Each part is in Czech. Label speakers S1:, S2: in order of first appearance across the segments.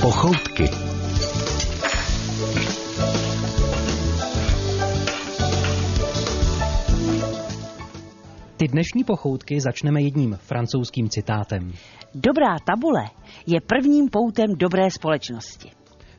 S1: Pochoutky.
S2: Ty dnešní pochoutky začneme jedním francouzským citátem.
S3: Dobrá tabule je prvním poutem dobré společnosti.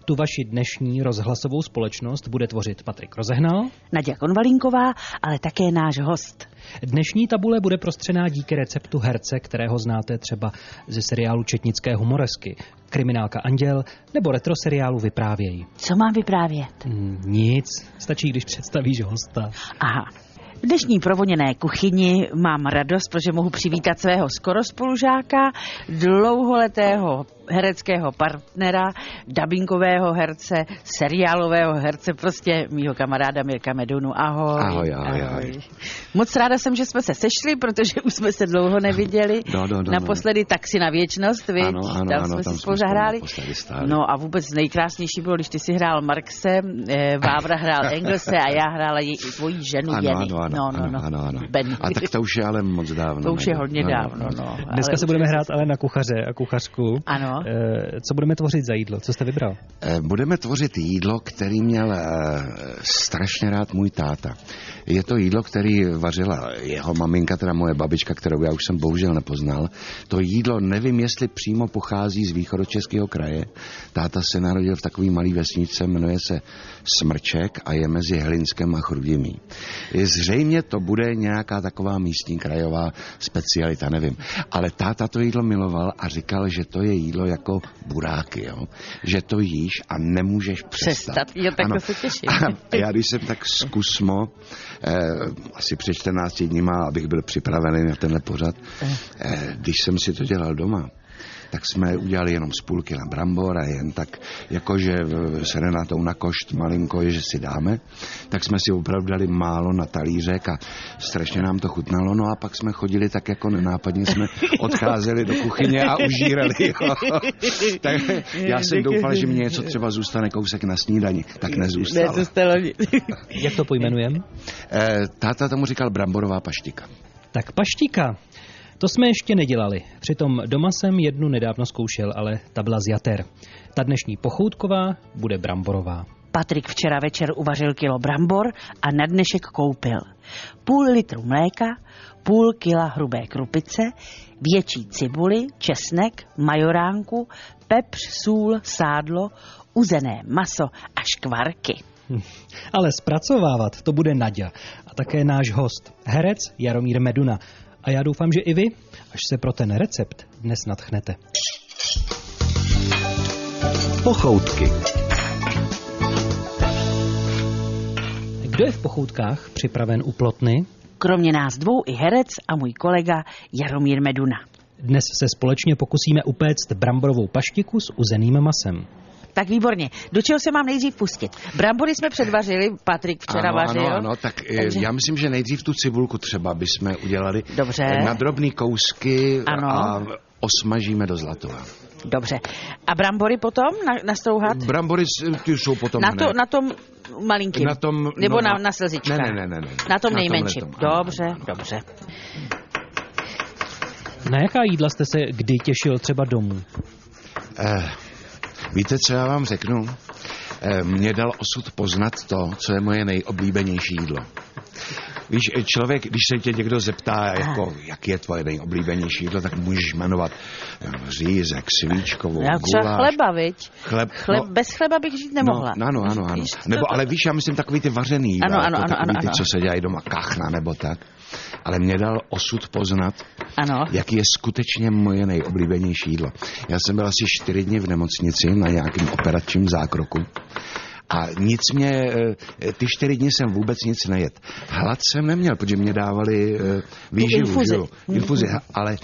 S2: Tu vaši dnešní rozhlasovou společnost bude tvořit Patrik Rozehnal.
S3: Naděja Konvalinková, ale také náš host.
S2: Dnešní tabule bude prostřená díky receptu herce, kterého znáte třeba ze seriálu Četnické humoresky, Kriminálka Anděl nebo retroseriálu Vyprávěj.
S3: Co mám vyprávět?
S2: Hmm, Nic, stačí, když představíš hosta.
S3: Aha. V dnešní provoněné kuchyni mám radost, protože mohu přivítat svého skoro spolužáka, dlouholetého hereckého partnera, dabingového herce, seriálového herce, prostě mýho kamaráda Mirka Medunu. Ahoj.
S4: Ahoj, ahoj, ahoj.
S3: Moc ráda jsem, že jsme se sešli, protože už jsme se dlouho neviděli.
S4: No, no, no,
S3: Naposledy taxi na věčnost, viď?
S4: Ano, ano,
S3: tam
S4: ano,
S3: jsme si
S4: tam jsme
S3: spolu
S4: spolu
S3: zahráli.
S4: naposledy stáli.
S3: No a vůbec nejkrásnější bylo, když ty si hrál Marxe, eh, Vávra hrál Engelse a já hrála jej, tvoji ženu
S4: Ano,
S3: Jenny.
S4: ano, ano,
S3: no, no,
S4: ano,
S3: no.
S4: ano, ano.
S3: Benny.
S4: A tak to už je ale moc dávno.
S3: To už je
S4: nebo-
S3: hodně
S4: no, no,
S3: dávno,
S4: no.
S3: no.
S2: Dneska
S3: ale
S2: se budeme
S3: určitě
S2: hrát ale na kuchaře a kuchařku.
S3: Ano.
S2: Eh, Co budeme tvořit za jídlo? Co jste vybral?
S4: Eh, Budeme tvořit jídlo, který měl eh, strašně rád můj táta. Je to jídlo, který vařila jeho maminka, teda moje babička, kterou já už jsem bohužel nepoznal. To jídlo, nevím, jestli přímo pochází z východočeského kraje. Táta se narodil v takové malé vesnice, jmenuje se Smrček a je mezi Hlinskem a Chrudimí. Zřejmě to bude nějaká taková místní krajová specialita, nevím. Ale táta to jídlo miloval a říkal, že to je jídlo jako buráky, jo? že to jíš a nemůžeš přestat.
S3: Přestat, jo, tak to se těším.
S4: A já když jsem tak zkusmo, eh, asi před 14 dníma, abych byl připravený na tenhle pořad, eh, když jsem si to dělal doma, tak jsme udělali jenom z půlky na brambor a jen tak, jakože eh, s Renatou na košt malinko, že si dáme, tak jsme si opravdu dali málo na talířek a strašně nám to chutnalo, no a pak jsme chodili tak jako nenápadně, jsme odcházeli do kuchyně a užírali. Jo. tak já jsem doufal, že mě něco třeba zůstane kousek na snídani, tak nezůstalo.
S3: Ne, to stalo.
S2: Jak to pojmenujeme?
S4: Eh, táta tomu říkal bramborová paštika.
S2: Tak paštika. To jsme ještě nedělali. Přitom doma jsem jednu nedávno zkoušel, ale ta byla z jater. Ta dnešní pochoutková bude bramborová.
S3: Patrik včera večer uvařil kilo brambor a na dnešek koupil půl litru mléka, půl kila hrubé krupice, větší cibuli, česnek, majoránku, pepř, sůl, sádlo, uzené maso a škvarky.
S2: Hm. Ale zpracovávat to bude Nadia a také náš host, herec Jaromír Meduna. A já doufám, že i vy, až se pro ten recept dnes natchnete.
S1: Pochoutky.
S2: Kdo je v pochoutkách připraven u plotny?
S3: Kromě nás dvou i herec a můj kolega Jaromír Meduna.
S2: Dnes se společně pokusíme upéct bramborovou paštiku s uzeným masem.
S3: Tak výborně. Do čeho se mám nejdřív pustit? Brambory jsme předvařili, Patrik včera
S4: ano,
S3: vařil.
S4: Ano, ano, tak eh,
S3: Takže-
S4: já myslím, že nejdřív tu cibulku třeba bychom udělali
S3: Dobře.
S4: eh, na drobný kousky eh,
S3: Ano.
S4: a osmažíme do zlatova.
S3: Dobře. A brambory potom na, nastrouhat?
S4: Brambory s- ty jsou potom
S3: Na,
S4: hned.
S3: to, na tom malinkým?
S4: Na tom-
S3: Nebo
S4: no,
S3: na,
S4: na-
S3: na slzičkách?
S4: Ne, ne, ne, ne, ne.
S3: Na tom
S4: Na
S3: nejmenším.
S4: tomhle tom, ano,
S3: dobře,
S4: ano, ano.
S3: dobře.
S2: Na jaká jídla jste se kdy těšil třeba domů?
S4: Eh, víte, co já vám řeknu? Eh, mě dal osud poznat to, co je moje nejoblíbenější jídlo. Víš, eh, člověk, když se tě někdo zeptá, jako, jak je tvoje nejoblíbenější jídlo, tak můžeš jmenovat eh, řízek, svíčkovou,
S3: Já třeba
S4: guláš.
S3: chleba, viď?
S4: Chleb,
S3: Chleb, Bez chleba bych žít nemohla.
S4: No, ano, ano, ano.
S3: Víš, co
S4: Nebo,
S3: to-
S4: ale víš, já myslím takový ty vařený jídla,
S3: Ano, ano,
S4: jako
S3: ano,
S4: takový
S3: ano,
S4: ty,
S3: ano.
S4: co se dělají doma, kachna nebo tak. Ale mě dal osud poznat,
S3: Ano.
S4: jaký je skutečně moje nejoblíbenější jídlo. Já jsem byl asi čtyři dny v nemocnici na nějakém operačním zákroku. A nic mě, eh, ty čtyři dny jsem vůbec nic nejet. Hlad jsem neměl, protože mě dávali eh, výživu,
S3: infuzi. Mm-hmm.
S4: že jo? infuzi. ale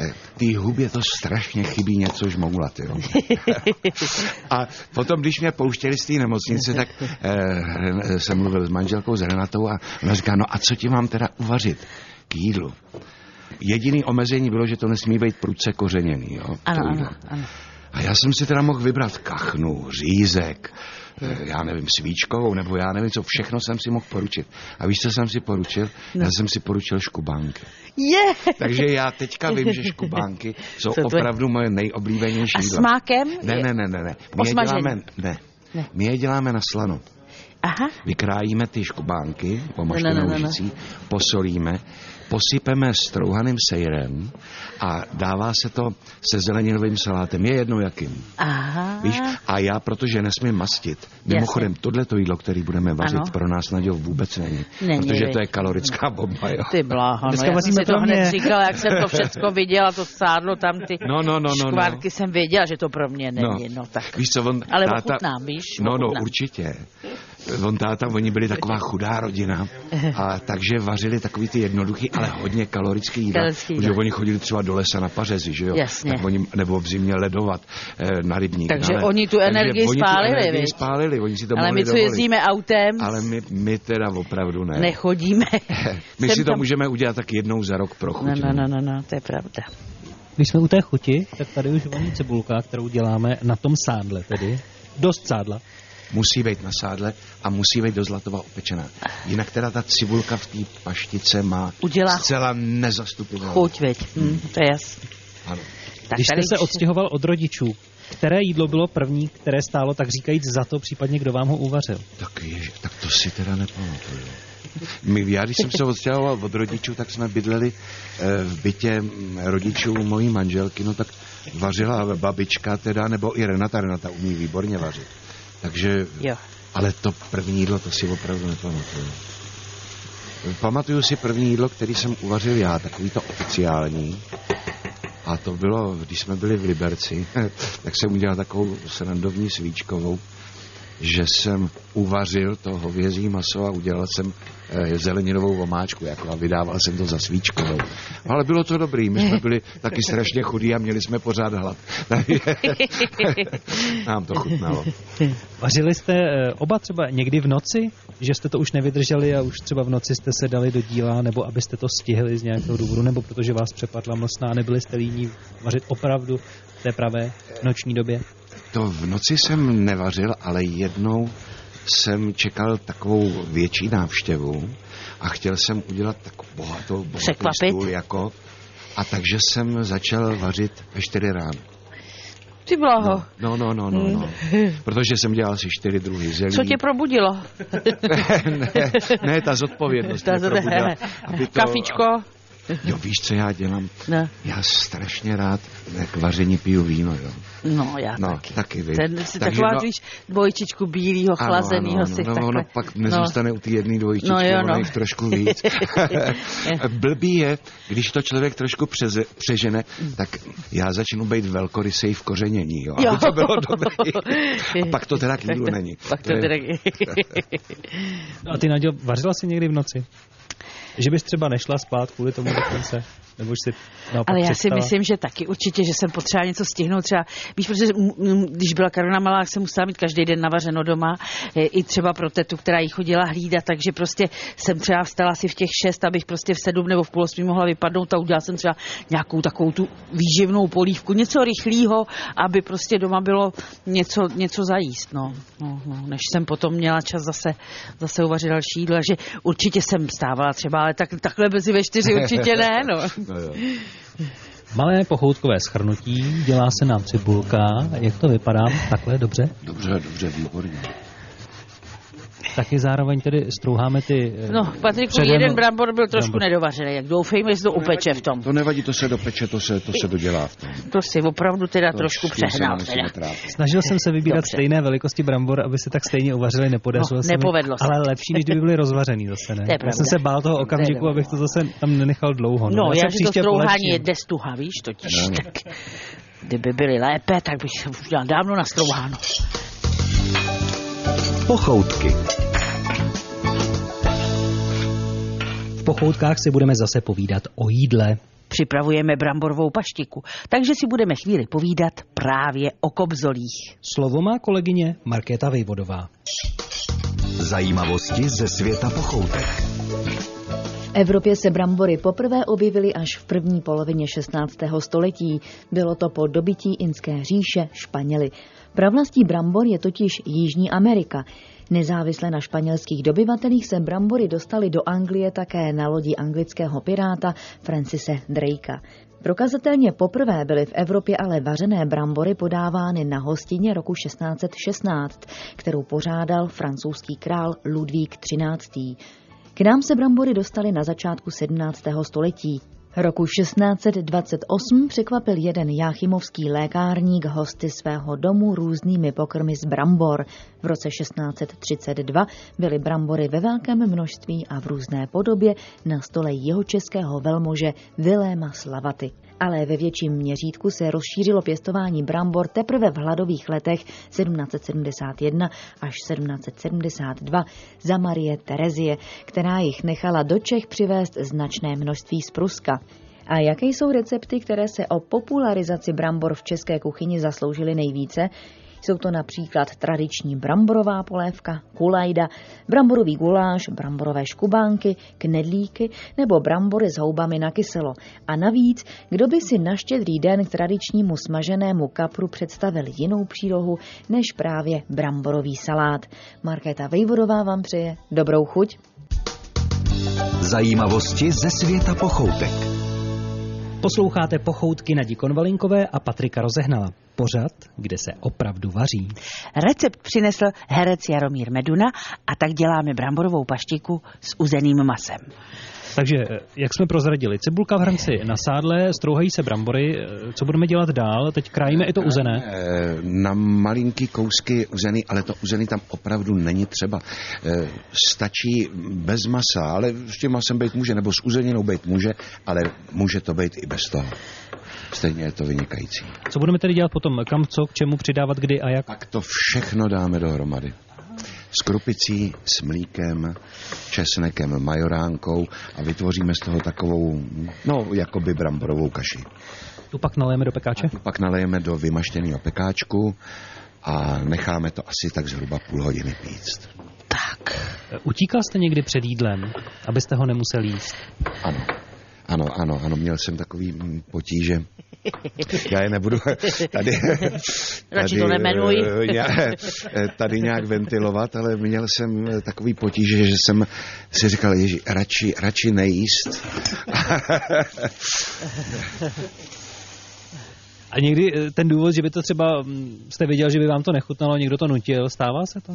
S4: eh, ty hubě to strašně chybí něco žmoulat, jo. A potom, když mě pouštěli z té nemocnice, tak eh, Ren- jsem mluvil s manželkou, s Renatou a ona říká, no a co ti mám teda uvařit k jídlu? Jediný omezení bylo, že to nesmí být prudce kořeněný, jo? to
S3: Ano, ano,
S4: jídlo.
S3: ano.
S4: A já jsem si teda mohl vybrat kachnu, řízek, eh,
S3: taky.
S4: já nevím, svíčkovou, nebo já nevím co, všechno jsem si mohl poručit. A víš, co jsem si poručil?
S3: No.
S4: Já jsem si poručil škubánky.
S3: Je!
S4: Takže já teďka vím, že škubánky jsou
S3: Co to je?
S4: opravdu moje nejoblíbenější
S3: A s
S4: jídlo.
S3: mákem?
S4: Ne, ne, ne, ne, ne. My je
S3: Osmažený.
S4: děláme, ne.
S3: Ne.
S4: My je děláme na slano.
S3: Aha,
S4: Vykrájíme ty škubánky,
S3: Ne, ne,
S4: pomažtenou
S3: ne, ne, ne.
S4: žicí, posolíme, posypeme strouhaným sejrem a dává se to se zeleninovým salátem. Je jedno jakým.
S3: aha.
S4: Víš? A já, protože nesmím mastit, mimochodem, tohle to jídlo, které budeme vařit,
S3: Ano.
S4: pro nás Nadějo vůbec není.
S3: Není,
S4: protože
S3: viď.
S4: to je kalorická bomba, jo.
S3: Ty bláho, no,
S2: Dneska
S3: já jsem
S2: vaříme
S3: si to
S2: pro mě.
S3: hned říkala, jak jsem to všechno viděla, to sádlo tam, ty
S4: No, no, no, no, no.
S3: škvárky jsem věděla, že to pro mě není, no, tak.
S4: Víš co, on,
S3: Ale
S4: táta,
S3: ochutnám, víš,
S4: No, no,
S3: ochutnám.
S4: určitě. On táta, oni byli taková chudá rodina, a takže vařili takový ty jednoduchý, ale hodně kalorický jídla.
S3: Kalorický
S4: Protože
S3: jídla.
S4: oni chodili třeba do lesa na pařezy, že jo?
S3: Jasně.
S4: Tak oni, nebo v zimě ledovat eh, na rybník.
S3: Takže
S4: na led.
S3: oni tu
S4: Takže
S3: energii
S4: oni
S3: spálili,
S4: tu energii
S3: viď?
S4: spálili, oni si to
S3: Ale
S4: mohli
S3: my, co
S4: dovolit.
S3: jezdíme autem,
S4: Ale my, my teda opravdu ne. Eh,
S3: nechodíme.
S4: My
S3: Jsem
S4: si to
S3: tam-
S4: můžeme udělat tak jednou za rok pro chuť.
S3: No, no, no, no, no, to je pravda.
S2: Když jsme u té chuti, tak tady už voní cibulka, kterou děláme na tom sádle tedy. Dost sádla.
S4: musí být na sádle a musí být do zlatova opečená. Jinak teda ta cibulka v té paštice má
S3: Udělá
S4: zcela nezastupitelnou.
S3: Chuť, veď,
S4: Hmm.
S3: hm, to je jasný.
S4: Ano.
S3: Tak
S2: Když jste
S3: tady
S2: se odstěhoval od rodičů, které jídlo bylo první, které stálo, tak říkajíc za to, případně kdo vám ho uvařil?
S4: Tak, ježi, tak to si teda nepamatuju. My, já když jsem se odstěhoval od rodičů, tak jsme bydleli eh, v bytě mm, rodičů mojí manželky, no tak vařila babička teda, nebo i Renata, Renata umí výborně vařit. Takže
S3: Jo.
S4: Ale to první jídlo, to si opravdu nepamatuju. Pamatuju si první jídlo, který jsem uvařil já, takový to oficiální. A to bylo, když jsme byli v Liberci, tak jsem udělal takovou srandovní svíčkovou, že jsem uvařil to hovězí maso a udělal jsem eh, zeleninovou omáčku jako a vydával jsem to za svíčkovou. No, Ale bylo to dobrý, my jsme byli taky strašně chudí a měli jsme pořád hlad. Nám to chutnalo.
S2: Vařili jste eh, oba třeba někdy v noci, že jste to už nevydrželi a už třeba v noci jste se dali do díla, nebo abyste to stihli z nějakého důvodu, nebo protože vás přepadla mlsná a nebyli jste líní vařit opravdu v té pravé noční době.
S4: To v noci jsem nevařil, ale jednou jsem čekal takovou větší návštěvu a chtěl jsem udělat tak bohatou, bohatou
S3: Překvapit.
S4: stůl jako. A takže jsem začal vařit ve čtyři ráno.
S3: Ty bláho.
S4: No, no, no, no, no, no. Protože jsem dělal si čtyři druhy zelí.
S3: Hmm. Co tě probudilo?
S4: ne, ne, ta zodpovědnost.
S3: Ta
S4: mě
S3: zde-
S4: probudila, aby to-
S3: Kafičko?
S4: Jo, víš, co já dělám?
S3: No,
S4: Já strašně rád k vaření piju víno, jo.
S3: no já
S4: No,
S3: taky.
S4: taky vy.
S3: Ten si
S4: Takže
S3: taková,
S4: no-
S3: víš, dvojčičku bílýho, chlazenýho si
S4: no,
S3: takhle.
S4: ono pak nezůstane no. u té jedné dvojičky,
S3: No
S4: no,
S3: jo, no.
S4: ono jich trošku víc. Eh, Blbý je, když to člověk trošku přeze, přežene, tak já začnu být velkorysej v kořenění, jo,
S3: Jo.
S4: aby to bylo dobrý. A pak to teda k
S3: Tak
S4: jídlu
S3: to-
S4: není.
S3: Pak to
S4: je-
S3: teda...
S2: No a ty, Naděl, vařila jsi někdy v noci? Že bys třeba nešla spát kvůli tomu dokonce? Nebo jsi naopak
S3: Ale já si
S2: No, přestala?
S3: myslím, že taky určitě, že jsem potřeba něco stihnout. Třeba, víš, protože mm, mm, když byla Karona malá, tak jsem musela mít každý den navařeno doma. e, I třeba pro tetu, která jí chodila hlídat, takže prostě jsem třeba vstala si v těch šest, abych prostě v sedm nebo v půl osmi mohla vypadnout a udělala jsem třeba nějakou takovou tu výživnou polívku, něco rychlého, aby prostě doma bylo něco, něco zajíst. No. No, no, než jsem potom měla čas zase, zase uvařit další jídla, že určitě jsem stávala třeba, ale tak, takhle brzy ve čtyři určitě ne. No.
S4: No, jo.
S2: Malé pochoutkové schrnutí, dělá se nám cibulka. Jak to vypadá? Takhle, dobře?
S4: Dobře, dobře, výborně.
S2: Taky zároveň tedy strouháme ty... eh,
S3: No, Patriku,
S2: předem-
S3: jeden brambor byl trošku
S2: brambor.
S3: nedovařený, jak doufejme, že to upeče v tom.
S4: To nevadí, to se dopeče, to se, to se dodělá v tom.
S3: To si opravdu teda
S4: To
S3: trošku
S4: s tím se
S3: přehnal.
S4: nemusíme
S3: Teda.
S4: trápit.
S2: Snažil jsem se vybírat
S3: Dobře.
S2: stejné velikosti brambor, aby se tak stejně uvařili, nepodařilo
S3: No,
S2: se mi.
S3: nepovedlo se.
S2: Ale lepší, než kdyby byly rozvařený zase, ne?
S3: To je
S2: Já jsem
S3: pravda.
S2: se bál toho
S3: To je
S2: okamžiku,
S3: pravda.
S2: abych to zase tam nenechal dlouho.
S3: No, já,
S2: se
S3: že to
S2: příště
S3: strouhání
S2: polepším.
S3: je destuha, víš, totiž
S4: Ano.
S3: tak. Kdyby byly lépe, tak bych už měl dávno nastrouháno.
S1: Pochoutky.
S2: V pochoutkách si budeme zase povídat o jídle.
S3: Připravujeme bramborovou paštiku, takže si budeme chvíli povídat právě o kobzolích.
S2: Slovo má kolegyně Markéta Vejvodová.
S1: Zajímavosti ze světa pochoutek.
S5: V Evropě se brambory poprvé objevily až v první polovině 16. století. Bylo to po dobití Inské říše Španěli. Pravlastí brambor je totiž Jižní Amerika. Nezávisle na španělských dobyvatelích se brambory dostaly do Anglie také na lodi anglického piráta Francise Drakea. Prokazatelně poprvé byly v Evropě ale vařené brambory podávány na hostině roku 1616, kterou pořádal francouzský král Ludvík XIII. K nám se brambory dostaly na začátku 17. století. Roku 1628 překvapil jeden jáchymovský lékárník hosty svého domu různými pokrmy z brambor. V roce 1632 byly brambory ve velkém množství a v různé podobě na stole jeho českého velmože Viléma Slavaty. Ale ve větším měřítku se rozšířilo pěstování brambor teprve v hladových letech 1771 až 1772 za Marie Terezie, která jich nechala do Čech přivést značné množství z Pruska. A jaké jsou recepty, které se o popularizaci brambor v české kuchyni zasloužily nejvíce? Jsou to například tradiční bramborová polévka, kulajda, bramborový guláš, bramborové škubánky, knedlíky nebo brambory s houbami na kyselo. A navíc, kdo by si na štědrý den k tradičnímu smaženému kapru představil jinou přílohu než právě bramborový salát. Markéta Vejvodová vám přeje dobrou chuť.
S1: Zajímavosti ze světa pochoutek.
S2: Posloucháte pochoutky Nadí Konvalinkové a Patrika Rozehnala. Pořad, kde se opravdu vaří.
S3: Recept přinesl herec Jaromír Meduna a tak děláme bramborovou paštiku s uzeným masem.
S2: Takže, eh, jak jsme prozradili, cibulka v hrnci na sádle, strouhají se brambory. eh, Co budeme dělat dál? Teď krájíme i to uzené.
S4: Eh, Na malinký kousky uzeny, ale to uzeny tam opravdu není třeba. Eh, Stačí bez masa, ale s tím masem být může, nebo s uzeninou být může, ale může to být i bez toho. Stejně je to vynikající.
S2: Co budeme tedy dělat potom? Kam, co, k čemu přidávat, kdy a jak?
S4: Pak to všechno dáme dohromady. S krupicí, s mlíkem, česnekem, majoránkou a vytvoříme z toho takovou, no, jakoby bramborovou kaši.
S2: Tu pak nalijeme do pekáče?
S4: Pak nalejeme do vymaštěného pekáčku a necháme to asi tak zhruba půl hodiny píct.
S3: Tak,
S2: Eh, Utíkal jste někdy před jídlem, abyste ho nemusel jíst?
S4: Ano. Ano, ano, ano, měl jsem takový mm, potíže. Já je nebudu tady,
S3: Radši to nemenuj.
S4: eh, ně- eh, tady nějak ventilovat, ale měl jsem eh, takový potíže, že jsem si říkal, ježi, radši, radši nejíst.
S2: A někdy eh, ten důvod, že by to třeba mm, jste věděl, že by vám to nechutnalo, někdo to nutil, stává se to?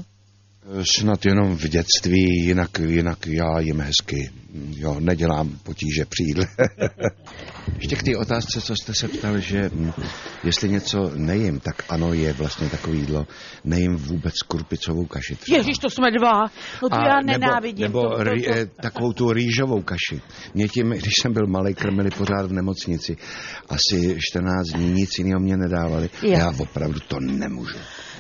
S4: Eh, Snad jenom v dětství, jinak, jinak já jim hezky. Mm, Jo, nedělám potíže při jídle. Ještě k té otázce, co jste se ptal, že mm, jestli něco nejím, tak ano, je vlastně takové jídlo. Nejím vůbec kurpicovou kaši. třeba.
S3: ježiš, to jsme dva. No to já nenávidím.
S4: Nebo,
S3: to,
S4: nebo
S3: to, to,
S4: rý- eh, takovou tu rýžovou kaši. Mě tím, když jsem byl malý, krmili pořád v nemocnici. Asi 14 dní nic jiného mě nedávali.
S3: Jo.
S4: Já opravdu to nemůžu.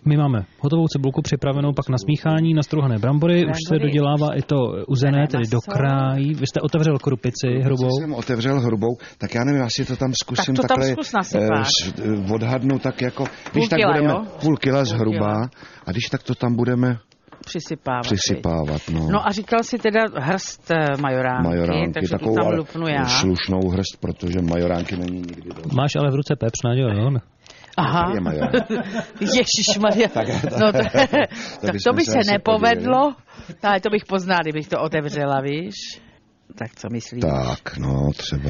S2: My máme hotovou cebulku připravenou pak na smíchání, na strouhané brambory, už se
S3: Brambory.
S2: dodělává i to uzené, tedy do
S3: maso.
S2: krájí. Vy jste otevřel krupici
S4: Co
S2: hrubou.
S4: jsem otevřel hrubou, tak já nevím, asi to tam zkusím
S3: to tam
S4: takhle
S3: zkus nasypat.
S4: eh, s- eh, odhadnout tak jako, když tak
S3: kila,
S4: budeme
S3: jo?
S4: půl kila
S3: Půl
S4: zhruba
S3: kila.
S4: a když tak to tam budeme
S3: přisypávat.
S4: přisypávat, no.
S3: No a říkal si teda hrst eh, majoránky,
S4: majoránky,
S3: takže
S4: takovou
S3: tu tam
S4: ale
S3: lupnu já.
S4: slušnou hrst, protože majoránky není nikdy dost.
S2: Máš ale v ruce pepř, Nadějo, jo?
S3: Aha.
S4: Je majorán.
S3: Ježíš Maria. No, to, tak to
S4: bychom
S3: by
S4: se
S3: se
S4: asi
S3: nepovedlo. Ale to bych poznal, kdybych to otevřela, víš? Tak co myslíš?
S4: Tak, no, třeba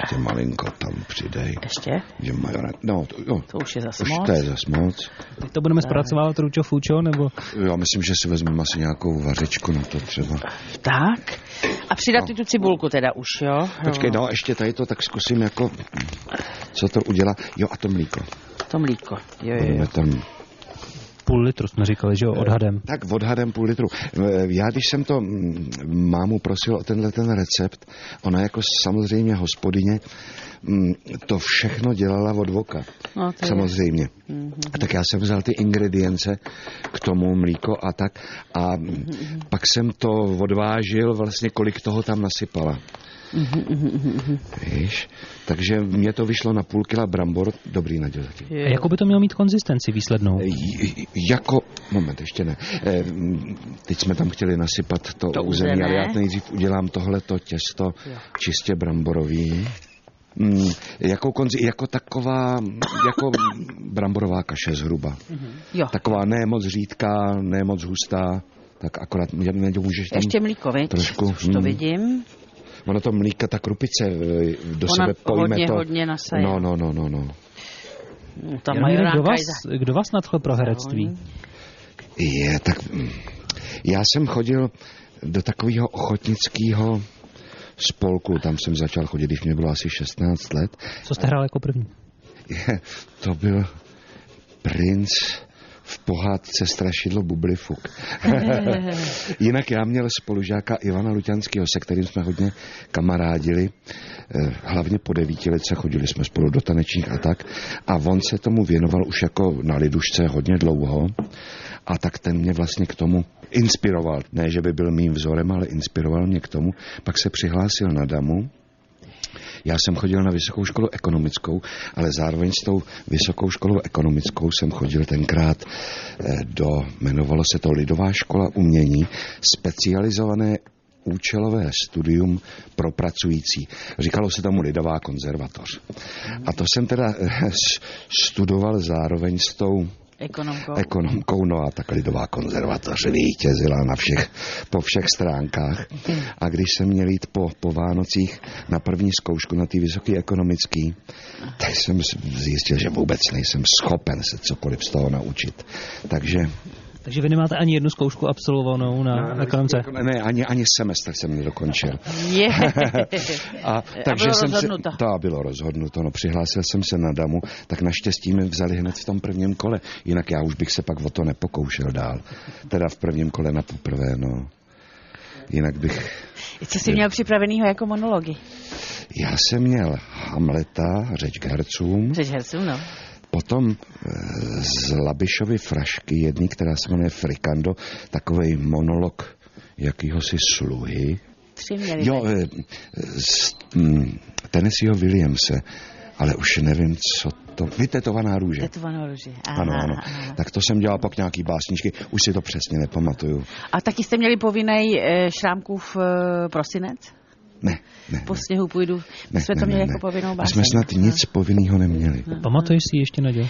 S4: ještě malinko tam přidej.
S3: Ještě?
S4: Že majorát, no, to, jo,
S3: To už je zase
S4: už
S3: moc.
S4: to je zas moc.
S2: Teď to budeme zpracovávat ručo fučo, nebo
S4: Já myslím, že si vezmeme asi nějakou vařečku na to třeba.
S3: Tak. A přidat ty tu cibulku teda už, jo?
S4: No. Počkej, no, ještě tady to tak zkusím jako, co to udělá. Jo, a to mlíko.
S3: To mlíko. Jo, jo, jo.
S4: Budeme tam
S2: půl litru jsme říkali, že jo, odhadem.
S4: Tak odhadem půl litru. Eh, Já když jsem to mm, mámu prosil o tenhle ten recept, ona jako samozřejmě hospodyně mm, to všechno dělala od voka.
S3: No, to je-
S4: samozřejmě. A tak já jsem vzal ty ingredience k tomu mlíko a tak a mm, pak jsem to odvážil vlastně, kolik toho tam nasypala. Víš? Takže mě to vyšlo na půl kila brambor, dobrý Naděl zatím.
S2: A jakou by to mělo mít konzistenci výslednou?
S4: J- jako, moment, ještě ne. Eh, m, Teď jsme tam chtěli nasypat to,
S3: To
S4: to území, ale
S3: uzené.
S4: já nejdřív udělám tohleto těsto čistě bramborový. Mm, jako, konzi, jako taková, jako bramborová kaše zhruba.
S3: Jo, tak
S4: Taková ne moc řídká, ne moc hustá, tak akorát mě- mě můžeš tam...
S3: ještě mlíko, viď?
S4: trošku,
S3: Už to
S4: hm.
S3: vidím.
S4: Ono to mlíka, ta krupice eh, do
S3: Ona
S4: sebe pojme
S3: hodně,
S4: to.
S3: hodně nasaje.
S4: No, no, no, no, no.
S3: No, Ta
S2: Jaromíre,
S3: majoránka
S2: kdo vás,
S3: je za-
S2: kdo vás nadchl pro herectví?
S4: Je, tak mm, já jsem chodil do takového ochotnického spolku, tam jsem začal chodit, když mě bylo asi 16 let.
S2: Co jste hrál jako první?
S4: Je, to byl princ v pohádce strašidlo Bublifuk. Jinak já měl spolužáka Ivana Luťanského, se kterým jsme hodně kamarádili. Eh, Hlavně po devítilice chodili jsme spolu do tanečních a tak. A on se tomu věnoval už jako na lidušce hodně dlouho. A tak ten mě vlastně k tomu inspiroval. Ne, že by byl mým vzorem, ale inspiroval mě k tomu. Pak se přihlásil na damu. Já jsem chodil na vysokou školu ekonomickou, ale zároveň s tou vysokou školou ekonomickou jsem chodil tenkrát eh, do, jmenovalo se to Lidová škola umění, specializované účelové studium pro pracující. Říkalo se tomu Lidová konzervatoř. A to jsem teda eh, s- studoval zároveň s tou
S3: Ekonomko.
S4: ekonomkou, no a tak lidová konzervatoř vítězila na všech, po všech stránkách. A když jsem měl jít po, po Vánocích na první zkoušku na ty vysoký ekonomický, tak jsem z- zjistil, že vůbec nejsem schopen se cokoliv z toho naučit. Takže
S2: Takže vy nemáte ani jednu zkoušku absolvovanou na, na konce.
S4: ne, ani, ani semestr jsem nedokončil.
S3: Je.
S4: A, takže
S3: bylo
S4: jsem
S3: rozhodnuto.
S4: Se, to bylo rozhodnuto, no přihlásil jsem se na damu, tak naštěstí mi vzali hned v tom prvním kole, jinak já už bych se pak o to nepokoušel dál. Teda v prvním kole na poprvé, no. Jinak bych...
S3: Co jsi měl připravenýho jako monology?
S4: Já jsem měl Hamleta, řeč k hercům,
S3: Řeč herců, no.
S4: potom eh, z Labišovy frašky jedný, která se jmenuje Frikando, takový monolog jakýhosi sluhy,
S3: Tři měli.
S4: Jo, eh, z mm, Tennesseeho Williamse, ale už nevím, co to... Vytetovaná růže.
S3: Tetovanou růži. Aha,
S4: Ano, ano.
S3: aha.
S4: Tak to jsem dělal pak nějaký básničky, už si to přesně nepamatuju.
S3: A taky jste měli povinný eh, šrámkův eh, prosinec?
S4: Ne, ne.
S3: Po sněhu půjdu. My
S4: Ne,
S3: jsme
S4: ne,
S3: to měli
S4: ne,
S3: jako
S4: ne.
S3: povinnou
S4: A
S3: báseň. No.
S4: jsme snad nic povinného neměli.
S2: Pamatuješ si ještě, Naděl?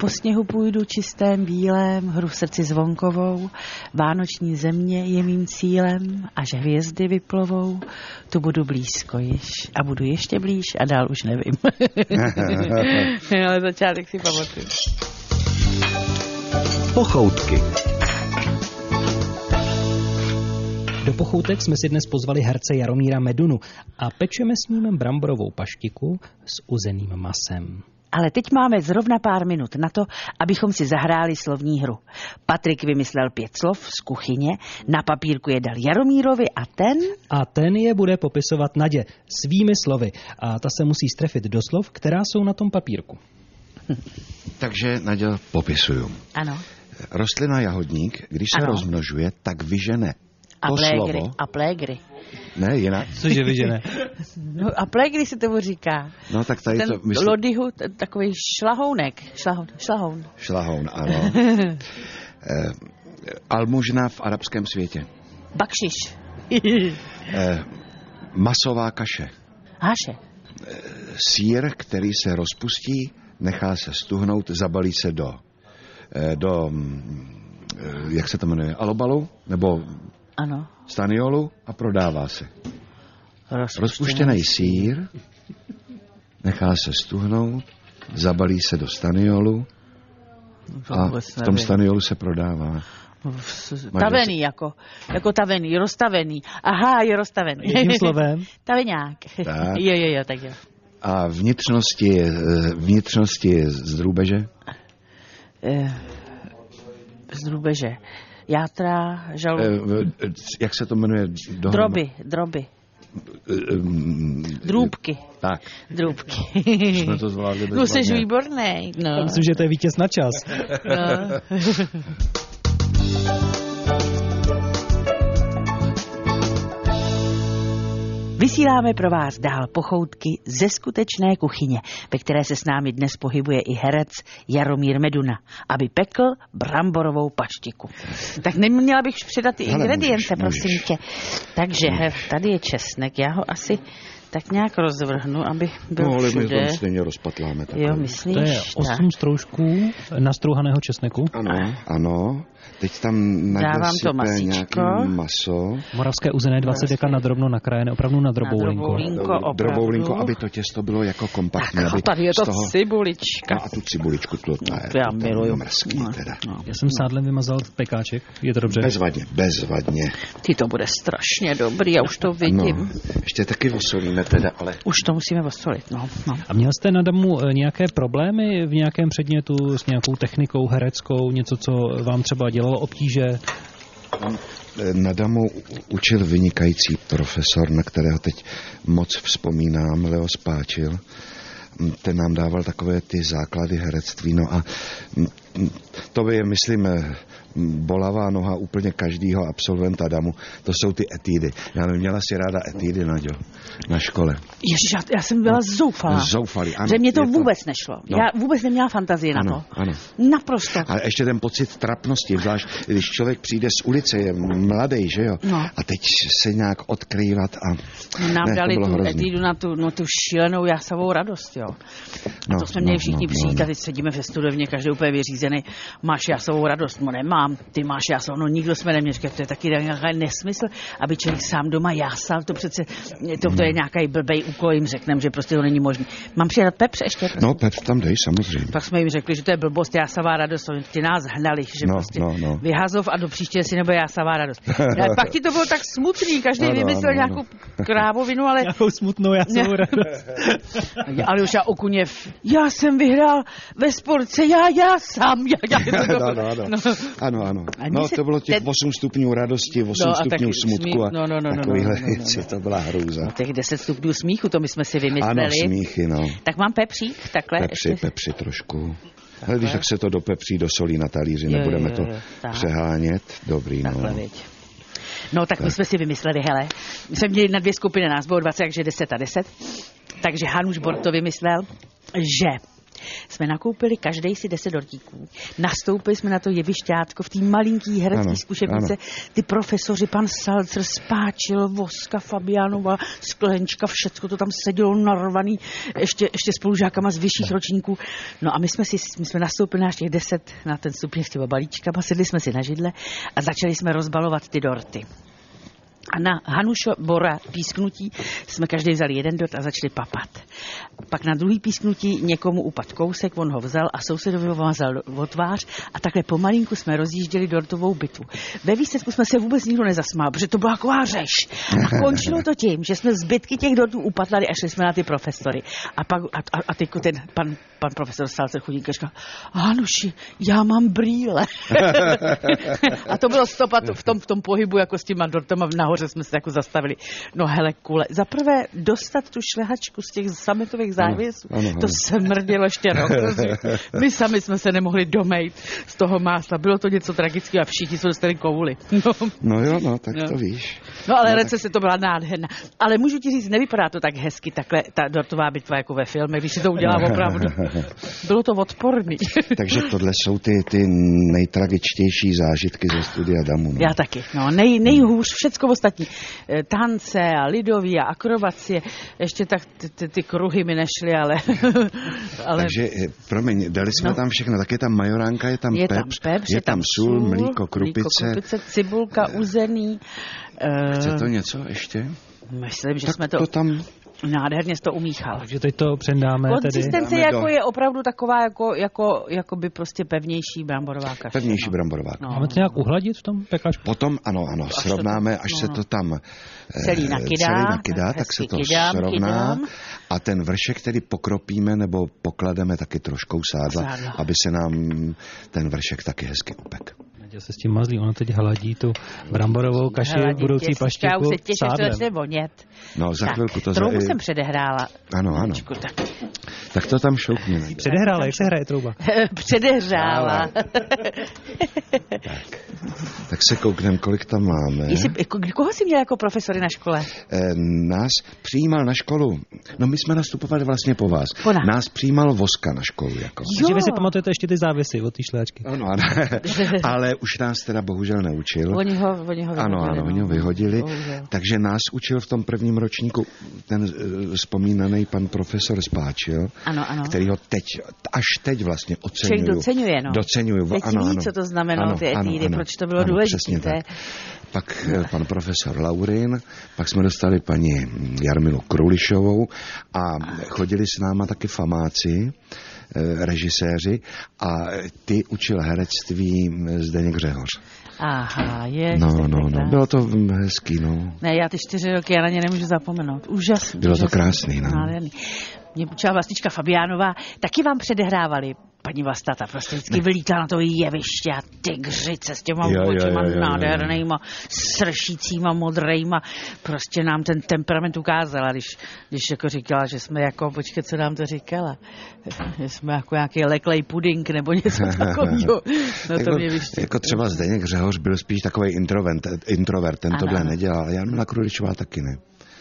S3: Po sněhu půjdu čistém, bílém, hru v srdci zvonkovou, vánoční země je mým cílem, až hvězdy vyplovou, tu budu blízko již a budu ještě blíž a dál už nevím. Ale začátek si pamatuju.
S1: Pochoutky.
S2: Do pochoutek jsme si dnes pozvali herce Jaromíra Medunu a pečeme s ním bramborovou paštiku s uzeným masem.
S3: Ale teď máme zrovna pár minut na to, abychom si zahráli slovní hru. Patrik vymyslel pět slov z kuchyně, na papírku je dal Jaromírovi a ten...
S2: A ten je bude popisovat Nadě svými slovy a ta se musí strefit do slov, která jsou na tom papírku.
S4: Takže, Naděl, popisuju.
S3: Ano.
S4: Rostlina jahodník, když se
S3: Ano.
S4: rozmnožuje, tak vyžene
S3: A
S4: to
S3: plégry.
S4: slovo.
S3: A plégry.
S4: Ne, jinak.
S2: Cože vyžené?
S3: No, a plégry se tomu říká.
S4: No tak tady
S3: Ten
S4: to... myslím-
S3: lodyhu, t- takový šlahounek. Šlahoun, šlahoun.
S4: Šlahoun, ano. eh, almužna v arabském světě.
S3: Bakšiš.
S4: Eh, masová kaše.
S3: Háše.
S4: Sýr, který se rozpustí, nechá se stuhnout, zabalí se do, eh, do mm, eh, jak se to jmenuje, alobalu nebo
S3: Ano.
S4: staniolu a prodává se.
S3: Rozpuštěný.
S4: Rozpuštěný sýr nechá se stuhnout, zabalí se do staniolu a v tom staniolu se prodává.
S3: Tavený jako. Jako tavený, roztavený. Aha, je roztavený.
S2: Jedním slovem.
S3: Taveňák.
S4: Tak.
S3: Jo, jo, jo, tak jo.
S4: A vnitřnosti, eh, vnitřnosti z drůbeže?
S3: Eh, Z drůbeže. Játra, žalud.
S4: Eh, no, eh, Jak se to jmenuje? dohromady?
S3: Droby, droby.
S4: Eh, eh,
S3: Drůbky.
S4: Tak,
S3: Drůbky.
S4: jsme to zvládli
S3: No, jsi
S4: bezvadně.
S3: výborný. No.
S2: Myslím, že to je vítěz na čas.
S3: no. Vy Vysíláme pro vás dál pochoutky ze skutečné kuchyně, ve které se s námi dnes pohybuje i herec Jaromír Meduna, aby pekl bramborovou paštiku. Tak neměla bych předat ty
S4: Hele,
S3: ingredience,
S4: můžeš, můžeš.
S3: prosím tě. Takže he, tady je česnek, já ho asi tak nějak rozvrhnu, aby byl
S4: No, ale my
S3: všude.
S4: tam stejně rozpatláme takhle.
S3: Jo,
S2: To je
S3: myslíš, tak.
S2: 8 stroužků nastrouhaného česneku.
S4: Ano, ano. Teď tam
S3: Dávám to
S4: naděsype
S3: masíčko.
S4: nějaké maso.
S2: Moravské uzené 20 deka nadrobno nakrájené, opravdu na drobou
S3: drobou
S2: linku.
S3: linku. Linko,
S4: Dobrou-
S3: Jako opravdu.
S4: Drobou linko, Eh, aby to těsto bylo jako kompaktní. aby
S3: Tady je
S4: z
S3: to
S4: toho...
S3: cibulička.
S4: No a tu cibuličku, to, to, je-
S3: já
S4: to, to
S3: miluju.
S4: je mrzký
S3: No,
S4: teda.
S3: no.
S2: Já jsem sádlem vymazal pekáček, je to dobře.
S4: Bezvadně, bezvadně.
S3: Ty to bude strašně dobrý, já už to
S4: No,
S3: vidím.
S4: ještě taky osolíme teda, ale...
S3: Už to musíme osolit, no. no.
S2: A měl jste na damu eh, nějaké problémy v nějakém předmětu s nějakou technikou hereckou, něco, co vám třeba dělalo obtíže?
S4: Na Damu Eh, učil vynikající profesor, na kterého teď moc vzpomínám, Leo Spáčil. Ten nám dával takové ty základy herectví. No a mm, to by je, myslím, eh, bolavá noha úplně každého absolventa Damu. To jsou ty etídy. Já nevím, měla si ráda etídy, Naďo, na škole.
S3: Ježiš, já, já jsem byla zoufalá.
S4: Zoufalý, ano.
S3: že mě to
S4: je
S3: vůbec nešlo.
S4: No.
S3: Já vůbec neměla fantazii na
S4: Ano,
S3: to.
S4: ano.
S3: Naprosto.
S4: A ještě ten pocit trapnosti, zvlášť když člověk přijde z ulice, je mladý, že jo?
S3: No.
S4: A teď se nějak odkrývat a...
S3: Nám
S4: ne,
S3: dali
S4: to bylo
S3: tu
S4: hrozný.
S3: etídu na tu, no, tu šílenou jásavou radost, jo. A
S4: No,
S3: to jsme měli
S4: no,
S3: všichni
S4: no,
S3: přijít
S4: no,
S3: a teď sedíme ve studovně, každý úplně vyřízený. Máš jásavou radost? No nemám. Ty máš jásavou, no nikdo jsme neměli. Říkali, to je taky nějaký nesmysl, aby člověk sám doma jásal, to přece, to, to je
S4: Hmm.
S3: nějaký blbej úkol, jim řekneme, že prostě to není možné. Mám přidat pepře ještě? prosím?
S4: No, Pep, tam dej, samozřejmě.
S3: Pak jsme jim řekli, že to je blbost, jásavá radost, oni ti nás hnali, že
S4: No,
S3: prostě
S4: no, no.
S3: vyhazov a do příště si nebo jásavá radost. No, Ale pak ti to bylo tak smutný, každý
S4: Ano,
S3: vymyslel
S4: ano, ano.
S3: nějakou krávovinu, ale,
S2: Nějakou smutnou jasnou
S3: Ne.
S2: radost.
S3: ale už já okuněv, já jsem vyhrál ve sportce, já, já sám, já, já.
S4: No, no, no.
S3: No.
S4: Ano, ano.
S3: A
S4: No,
S3: my se
S4: to bylo těch
S3: teď-
S4: 8 stupňů radosti, 8
S3: No, a
S4: stupňů
S3: taky
S4: smutku a
S3: smí- no, no, no, no,
S4: takovýhle
S3: no, no, no, no.
S4: věci. To byla hrůza.
S3: No, těch 10 stupňů smíchu, to my jsme si vymysleli.
S4: Ano, smíchy, no.
S3: Tak mám pepřík, takhle.
S4: Pepři,
S3: ještě.
S4: pepři trošku. Ale když tak se to dopepří do solí na talíři,
S3: Jo,
S4: nebudeme
S3: jo,
S4: to
S3: jo, tak.
S4: přehánět. Dobrý, no.
S3: Takhle, viď. No, tak, my jsme si vymysleli, hele. My jsme měli na dvě skupiny, nás bylo 20, takže 10 a 10. Takže Hanuš Bort to vymyslel, že jsme nakoupili každý si 10 dortíků. Nastoupili jsme na to jevišťátko v té malinký herecké
S4: Ano,
S3: zkušebnice. Ty profesoři, pan Salcer, Spáčil, Voska, Fabiánova, Sklenčka, všecko to tam sedělo narvaný, ještě, ještě spolužákama z vyšších ročníků. No a my jsme, si, my jsme nastoupili na těch 10 na ten stupně s těma balíčkama, sedli jsme si na židle a začali jsme rozbalovat ty dorty. A na Hanušo Bora písknutí jsme každý vzali jeden dot a začali papat. Pak na druhý písknutí někomu upad kousek, on ho vzal a sousedovi ho vázal o tvář a takhle pomalinku jsme rozjížděli dortovou bitvu. Ve výsledku jsme se vůbec nikdo nezasmál, protože to byla taková řeš. A končilo to tím, že jsme zbytky těch dortů upadlali a šli jsme na ty profesory. A, pak, a, a, a teď ten pan, pan profesor Salcer chudík a říkal, Hanuši, já mám brýle. a to bylo stopa to- v tom, v tom pohybu, jako s těma dortama nahoře jsme se jako zastavili. No hele, kule, za prvé dostat tu šlehačku z těch sametových závěsů,
S4: ano, ano.
S3: to se mrdilo ještě rok. rozumíš? My sami jsme se nemohli domejt z toho másla. Bylo to něco tragického a všichni jsme dostali kouli. No.
S4: No jo, no, tak
S3: Jo.
S4: to víš.
S3: No ale recese to byla nádherná. Ale můžu ti říct, nevypadá to tak hezky, takhle ta dortová bitva jako ve filmech, když se to udělá opravdu. Bylo to odporný.
S4: No. Takže tohle jsou ty, ty nejtragičtější zážitky ze studia Damu. No.
S3: Já taky. No, nej, nejhůř všecko ostatní. E, Tance a lidový a akrobacie. Ještě tak ty, ty, ty kruhy mi nešly, ale... ale
S4: Takže, eh, promiň, dali jsme
S3: No.
S4: tam všechno, tak je tam majoránka, je tam
S3: je tam
S4: pepř,
S3: pepř,
S4: je, tam sůl, mlíko, krupice.
S3: mlíko, krupice, cibulka, uzený. E,
S4: Chce to něco ještě?
S3: Myslím, že
S4: tak
S3: jsme to,
S4: to tam...
S3: nádherně jsi to umíchal.
S2: Takže teď to přendáme tedy.
S3: Konzistence
S4: Dáme
S3: jako
S4: do-
S3: je opravdu taková jako, jako, jako by prostě pevnější bramborová kaše.
S4: Pevnější bramborová.
S3: No.
S2: Máme to nějak uhladit v tom pekáčku?
S4: Potom, ano, ano,
S3: to-
S4: srovnáme, až
S3: no,
S4: se
S3: no.
S4: to tam eh,
S3: Celý nakydá,
S4: celý nakydá
S3: tak
S4: tak se
S3: hezky
S4: to
S3: kydám,
S4: srovná.
S3: kydám.
S4: A ten vršek tedy pokropíme nebo poklademe taky troškou sádla,
S3: Sádla.
S4: aby se nám ten vršek taky hezky upek.
S2: určitě se s tím mazlí. Ona teď hladí tu bramborovou kaši,
S3: Hladitě,
S2: budoucí
S3: Já
S2: paštiku
S3: už se těším, že to
S2: sádlem.
S3: začne vonět.
S4: No, za
S3: tak,
S4: chvilku to...
S3: troubu
S4: za-
S3: jsem předehrála.
S4: Ano, ano.
S3: Čku, tak.
S4: Tak to tam šoukni. Naděja.
S2: Předehrála, jak se hraje trouba?
S3: Předehřála.
S4: Tak se kouknem, kolik tam máme.
S3: Jestli, jako, koho jsi měl jako profesory na škole?
S4: Eh, Nás přijímal na školu. No my jsme nastupovali vlastně po vás.
S3: Po nás.
S4: přijímal Voska na školu. Jako.
S2: Že vy si pamatujete ještě ty závěsy od té šláčky.
S4: Ano, ano. ale už nás teda bohužel neučil.
S3: Oni ho, oni ho
S4: No. Ano,
S3: vyhodili,
S4: ano,
S3: no.
S4: oni ho vyhodili.
S3: Bohužel.
S4: Takže nás učil v tom prvním ročníku ten eh, vzpomínaný pan profesor Spáčil,
S3: Ano, ano.
S4: který ho teď, až teď vlastně oceňuju.
S3: Člověk doceňuje, no.
S4: Doceňuju,
S3: Teď
S4: ano,
S3: ví,
S4: ano.
S3: co to znamenalo, ty etídy, proč to bylo
S4: ano,
S3: důležité.
S4: Přesně
S3: To je-
S4: tak. Pak eh, pan profesor Laurin, pak jsme dostali paní mm, Jarmilu Krulišovou a chodili s náma taky famáci, eh, režiséři a eh, ty učil herectví mm, Zdeněk Řehoř.
S3: Aha, je.
S4: No, no, no, bylo to mm, hezký, no.
S3: Ne, já ty čtyři roky, já na ně nemůžu zapomenout. Úžasný.
S4: Bylo to
S3: úžasný,
S4: krásný, no.
S3: Nádherný. Mě učila vlastička Fabiánová, taky vám předehrávali paní Vlasta, ta prostě vždycky vylítala na to jeviště a tygřice s těma
S4: Jo, jo,
S3: očima
S4: jo, jo, jo.
S3: nádhernýma, sršícíma, modrejma. Prostě nám ten temperament ukázala, když, když jako říkala, že jsme jako, počkej, co nám to říkala, že jsme jako nějaký leklej pudink nebo něco takového. No to
S4: Jako-
S3: mě vyště.
S4: Jako třeba Zdeněk Řehoř byl spíš takový introvent, introvert, ten
S3: Ano,
S4: tohle
S3: ano.
S4: nedělal. Jarmila Kruličová taky ne.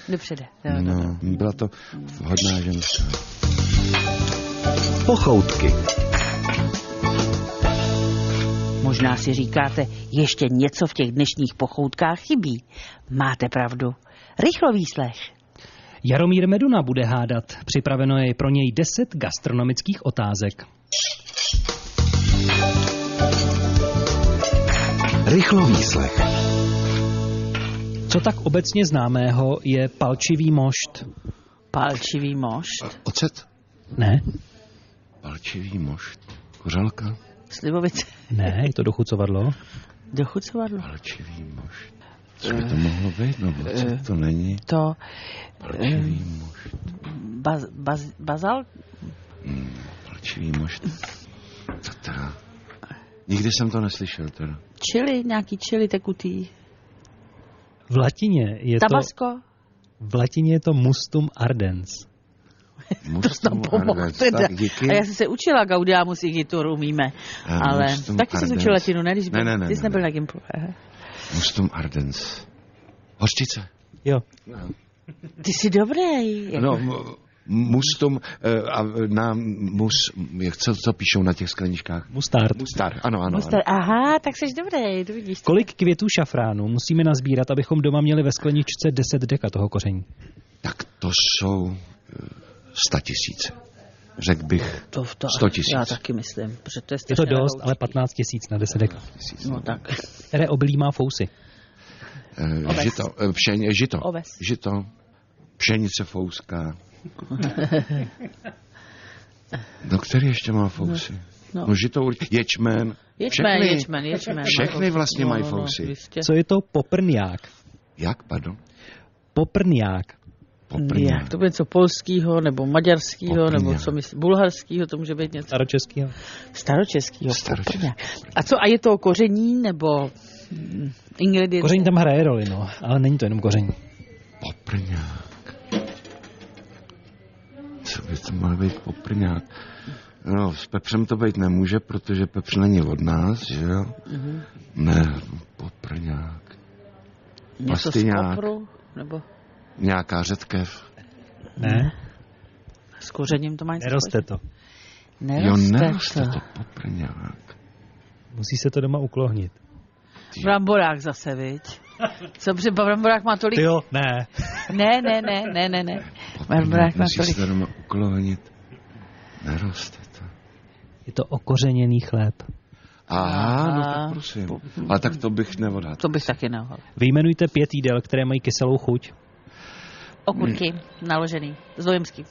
S3: Nepřede.
S4: No, byla to hodná ženská.
S1: Pochoutky.
S3: Možná si říkáte, ještě něco v těch dnešních pochoutkách chybí. Máte pravdu. Rychlo výslech.
S2: Jaromír Meduna bude hádat. Připraveno je pro něj 10 gastronomických otázek.
S1: Rychlo výslech.
S2: Co tak obecně známého je palčivý mošt?
S3: Palčivý mošt,
S4: Ocet?
S2: Ne,
S4: Palčivý mošt. Kořalka?
S3: slivovice,
S2: ne, je to dochucovadlo.
S3: dochucovadlo.
S4: Palčivý mošt. Co by to mohlo být? No, ocet to není.
S3: To
S4: Palčivý mošt.
S3: baz, baz, bazal?
S4: Palčivý mošt. To teda... Nikdy jsem to neslyšel teda.
S3: Čili, nějaký čili tekutý.
S2: V latině je to,
S3: Tabasko?
S2: v latině je to mustum ardens.
S3: To jsi tam
S4: Mustum
S3: pomohl
S4: Ardes.
S3: No, teda.
S4: No, Tak díky.
S3: A já jsem se učila Gaudiamus Igitur, umíme.
S4: A
S3: Ale
S4: Mustum
S3: taky jsem se
S4: Ardens.
S3: učila latinu, ne? Když
S4: Ne,
S3: byl,
S4: ne, ne,
S3: ty jsi
S4: ne,
S3: nebyl
S4: ne.
S3: na Gimplu. aha.
S4: Mustum Ardens. Hořčice.
S2: Jo,
S3: Ty jsi dobrý. Jako.
S4: No, m- mustum eh, a na mus, jak co, co píšou na těch skleničkách?
S2: mustard.
S4: Mustar, ano, ano.
S3: Mustar- Aha, tak jsi dobrý, to vidíš.
S2: Kolik květů šafránu musíme nazbírat, abychom doma měli ve skleničce 10 deka toho koření?
S4: Tak to jsou eh, sta tisíce. Řekl bych
S3: To, to,
S4: 100 tisíc.
S3: Já taky myslím, protože to je
S2: Je to
S3: strašně
S2: dost, ale
S3: radoučký.
S2: 15 tisíc na 10 deka.
S3: No tak,
S2: Které obilí má fousy?
S4: eh,
S3: Obec.
S4: žito, eh, pšen, žito,
S3: Obec.
S4: žito, pšenice fouská. No, který ještě má fousy?
S3: No.
S4: No, žito, urč- ječmen.
S3: ječmen,
S4: Všechny.
S3: ječmen, ječmen.
S4: Všechny vlastně
S3: no,
S4: mají fousy.
S3: jistě.
S2: Co je to poprnják?
S4: Jak, pardon?
S2: Poprnják.
S4: Poprňák.
S3: No, Jak, to bude něco polského, nebo maďarského,
S4: Poprňák.
S3: nebo co myslíš, bulharského, to může být něco
S2: Staročeského.
S3: staročeského.
S4: Staročeský.
S3: Poprňák. A co, a je to koření, nebo mm, ingredience?
S2: Koření tam hraje roli, no, ale není to jenom koření.
S4: Poprňák. Co by to měl být poprňák? No, s pepřem to být nemůže, protože pepř není od nás, že jo? Ne, poprňák.
S3: něco z
S4: pastyňák.
S3: kopru, nebo
S4: Nějaká řetkev.
S2: Ne,
S3: s kořením to má něco
S2: neroste to.
S3: společného?
S4: jo,
S3: Neroste,
S4: neroste
S3: to.
S4: to poprňák.
S2: Musí se to doma uklohnit.
S3: Bramborák zase, viď? Co, protože bramborák má tolik...
S2: Ty jo, ne.
S3: Ne, ne, ne, ne, ne, ne. Bramborák
S4: Poprňák
S3: má
S4: musí
S3: tolik...
S4: se doma uklonit. Neroste to.
S2: Je to okořeněný chléb.
S4: Aha, no
S3: Aha.
S4: tak prosím. Ale tak to bych neodhadl.
S3: To bych taky nehodl.
S2: Vyjmenujte pět jídel, které mají kyselou chuť.
S3: Okurky,
S4: Hmm.
S3: naložený, z Dojemsky.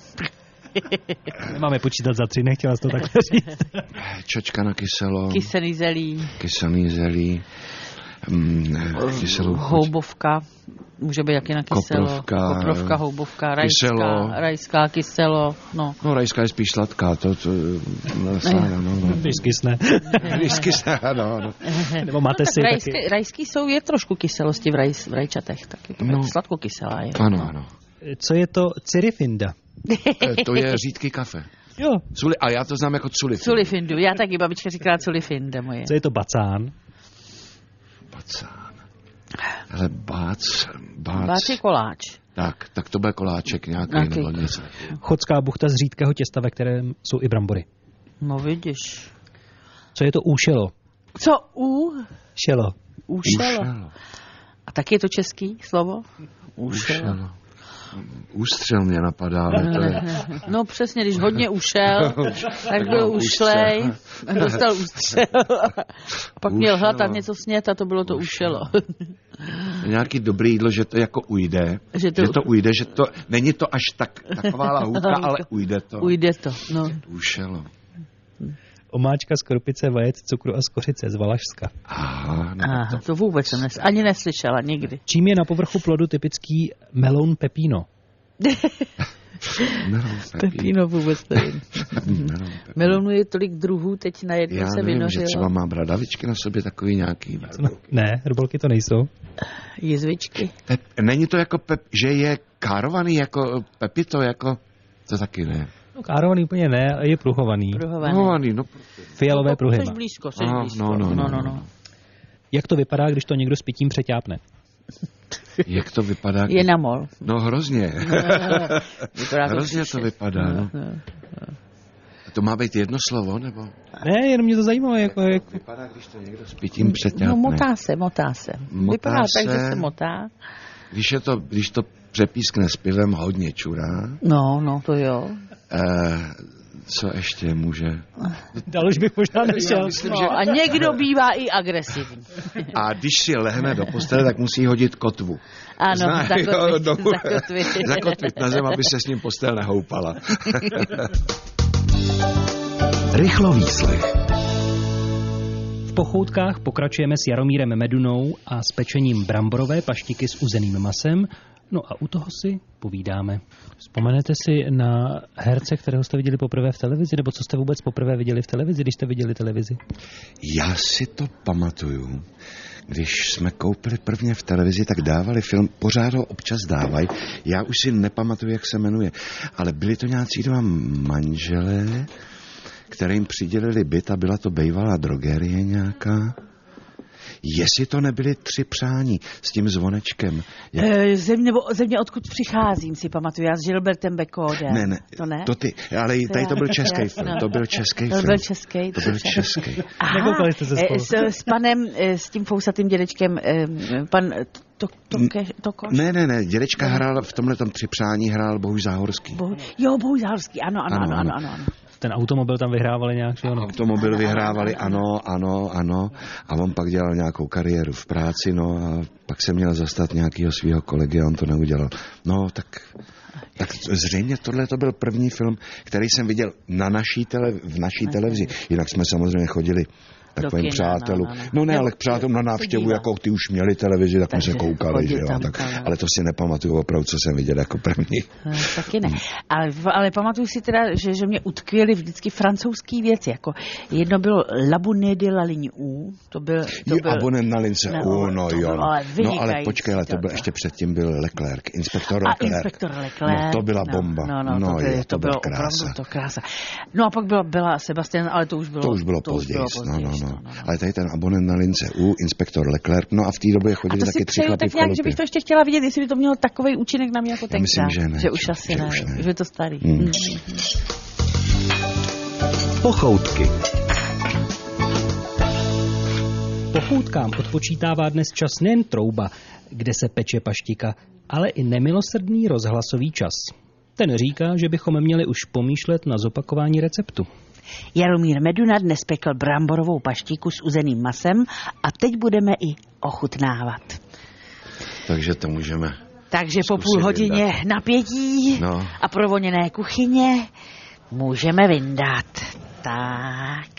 S2: Nemáme počítat za tři, nechtěla jsi to takhle říct.
S4: Čočka na kyselo,
S3: Kyselý zelí,
S4: kyselý zelí, mm, kyselou chuť.
S3: Houbovka, může být jak jinak kyselo.
S4: Koprovka. eh,
S3: Koprovka, houbovka, rajská,
S4: Kyselo.
S3: rajská, kyselo. No.
S4: No, rajská je spíš sladká, to, to no, sára, no, no.
S2: Když skysne.
S4: Vždycky sára, no, no.
S2: Nebo máte si
S3: Rajský,
S2: taky.
S3: rajský jsou, je trošku kyselosti v, rajs, v rajčatech, taky to
S4: No.
S3: no. sladkokyselá je.
S4: Ano, ano.
S2: Co je to cirifinda?
S4: E, To je řídký kafe.
S2: Jo.
S4: Culi, a já to znám jako culifin.
S3: Culifindu, já taky, babička říkala culifinda moje.
S2: Co je to bacán?
S4: Bacán. Ale bác, bác,
S3: Bác je koláč.
S4: tak, tak to bude koláček nějaký
S3: Nějaký.
S4: nebo něco.
S2: Chodská buchta z řídkého těsta, ve kterém jsou i brambory.
S3: No vidíš.
S2: Co je to úšelo?
S3: Co u?
S2: Šelo.
S3: Úšelo. A taky je to český slovo? Ušel.
S4: Ušel. Ústřel mě napadá, ale to je...
S3: No přesně, když hodně ušel, tak byl ušlej, dostal ústřel. A pak měl hlad a
S4: Ušelo.
S3: něco snět a to bylo to ušelo.
S4: nějaký dobrý jídlo, že to jako ujde.
S3: Že to-
S4: že to ujde, že to... Není to až tak, taková lahůdka, ale ujde to.
S3: Ujde to, no.
S4: Ušelo.
S2: Omáčka z kropice, vajec, cukru a z kořice z Valašska.
S4: Aha, no,
S3: Aha, to vůbec jsem nes, ani neslyšela nikdy.
S2: Čím je na povrchu plodu typický melon pepino?
S4: melon pepí.
S3: Pepíno no, vůbec nevím.
S4: Melon pepí.
S3: Melonu je tolik druhů, teď najednou
S4: Já
S3: Mhm. se
S4: nevím, že třeba
S3: vynořilo.
S4: mám bradavičky na sobě takový nějaký.
S2: No, ne, rubolky to nejsou.
S3: Jizvičky.
S4: Pep, není to jako pep, že je károvaný jako pepito, jako... To taky ne.
S2: No, károvaný úplně ne, ale je pruhovaný.
S3: Pruhované.
S4: Károvaný, no.
S2: Fialové pruhy.
S3: Jsi
S2: má.
S3: blízko, jsi
S4: Aha,
S3: blízko.
S4: no, no,
S3: no,
S4: no,
S3: no,
S4: no.
S3: no.
S2: Jak to vypadá, když to někdo s pitím přeťápne?
S4: Jak to vypadá?
S3: Je na mol.
S4: No hrozně.
S3: Vypadá
S4: hrozně to
S3: příšerně.
S4: vypadá, no.
S3: no.
S4: To má být jedno slovo, nebo?
S2: Ne, jenom mě to zajímalo, jako, jak,
S4: Vypadá, když to někdo s pitím přeťápne.
S3: No, motá se, motá se.
S4: Motá
S3: Vypadá tak, že
S4: se.
S3: se motá.
S4: Když, je to, když to přepískne s pivem, hodně čurá.
S3: No, no, to jo.
S4: Eh, co ještě může?
S2: dál už bych možná nešel.
S3: No, a někdo bývá i agresivní.
S4: A když si lehne do postele, tak musí hodit kotvu.
S3: Ano,
S4: Zná- jo,
S3: zakotvit,
S4: do-
S3: zakotvit.
S4: zakotvit na zem, aby se s ním postel nehoupala.
S6: Rychlovýslech.
S2: V pochoutkách pokračujeme s Jaromírem Medunou a s pečením bramborové paštiky s uzeným masem. No a u toho si povídáme. Vzpomenete si na herce, kterého jste viděli poprvé v televizi, nebo co jste vůbec poprvé viděli v televizi, když jste viděli televizi?
S4: Já si to pamatuju. Když jsme koupili prvně v televizi, tak dávali film, pořád ho občas dávají. Já už si nepamatuju, jak se jmenuje, ale byli to nějací dva manželé, kterým přidělili byt a byla to bejvalá drogerie nějaká. Jestli to nebyly tři přání s tím zvonečkem. Jak...
S3: Eh, Země, nebo země, odkud přicházím, si pamatuju, já s Gilbertem Bekodem.
S4: Ne, ne,
S3: To ne?
S4: to ty, ale i tady to byl český film, to byl český
S3: To
S4: film.
S3: byl český.
S4: To byl český.
S2: Nekoukali jste se
S3: eh,
S2: spolu.
S3: s, s panem, eh, s tím fousatým dědečkem, eh, pan eh, to, to, Toke- Tokoš?
S4: Ne, ne, ne, dědečka hrál, v tomhle tom tři přání hrál Bohuž Záhorský.
S3: Bohu, jo, Bohuš Zálský, ano, ano, ano, ano, ano. ano.
S2: Ten automobil tam vyhrávali nějak, že no. ono?
S4: Automobil vyhrávali, ano, ano, ano. A on pak dělal nějakou kariéru v práci, no a pak se měl zastat nějakého svého kolegy a on to neudělal. No, tak, tak zřejmě tohle to byl první film, který jsem viděl na naší tele, v naší televizi. Jinak jsme samozřejmě chodili
S3: kina,
S4: takovým přátelům.
S3: no, no, no.
S4: No ne,
S3: Jo,
S4: ale k přátelům na návštěvu,
S3: dívat.
S4: jako ty už měli televizi, tak jsme
S3: Takže
S4: se koukali, že
S3: chodil
S4: jo.
S3: tam, no.
S4: Tak,
S3: ano.
S4: ale to si nepamatuju opravdu, co jsem viděl jako první.
S3: Eh, Taky
S4: Hmm.
S3: ne. Ale, ale pamatuju si teda, že, že mě utkvěly vždycky francouzský věci. Jako jedno bylo Labuné de la ligne U, to byl... To
S4: Jo,
S3: byl
S4: abonent na lince,
S3: No,
S4: no, no
S3: to
S4: jo.
S3: bylo ale
S4: no ale
S3: vynikající
S4: počkej, ale to byl
S3: to.
S4: ještě předtím byl Leclerc, inspektor
S3: a
S4: Leclerc.
S3: inspektor Leclerc.
S4: No to byla bomba.
S3: No, no, no to,
S4: jo,
S3: je, to, bylo
S4: krása.
S3: opravdu to krása. No a pak byla, byla Sebastian, ale to už bylo
S4: To už bylo později, no, no, no. Ale tady ten abonent na lince U, inspektor Leclerc, no a v té době
S3: A
S4: chodili
S3: to
S4: taky
S3: si
S4: tři
S3: přeju
S4: chlapy v
S3: tak nějak, že bych
S4: chalupě.
S3: to ještě chtěla vidět, jestli by to mělo takový účinek na mě jako tenkrát.
S4: myslím, že ne,
S3: už
S4: že-
S3: asi
S4: že
S3: ne,
S4: už ne.
S3: Už je to starý.
S4: Hmm.
S3: Hmm.
S6: Pochoutky.
S2: Pochoutkám odpočítává dnes čas nejen trouba, kde se peče paštika, ale i nemilosrdný rozhlasový čas. Ten říká, že bychom měli už pomýšlet na zopakování receptu.
S7: Jaromír Meduna dnes pekl bramborovou paštíku s uzeným masem a teď budeme i ochutnávat.
S4: Takže to můžeme.
S7: Takže po
S4: Zkusím
S7: půl hodině
S4: vyndat.
S7: napětí
S4: No.
S7: a provoněné kuchyně můžeme vyndat. Tak,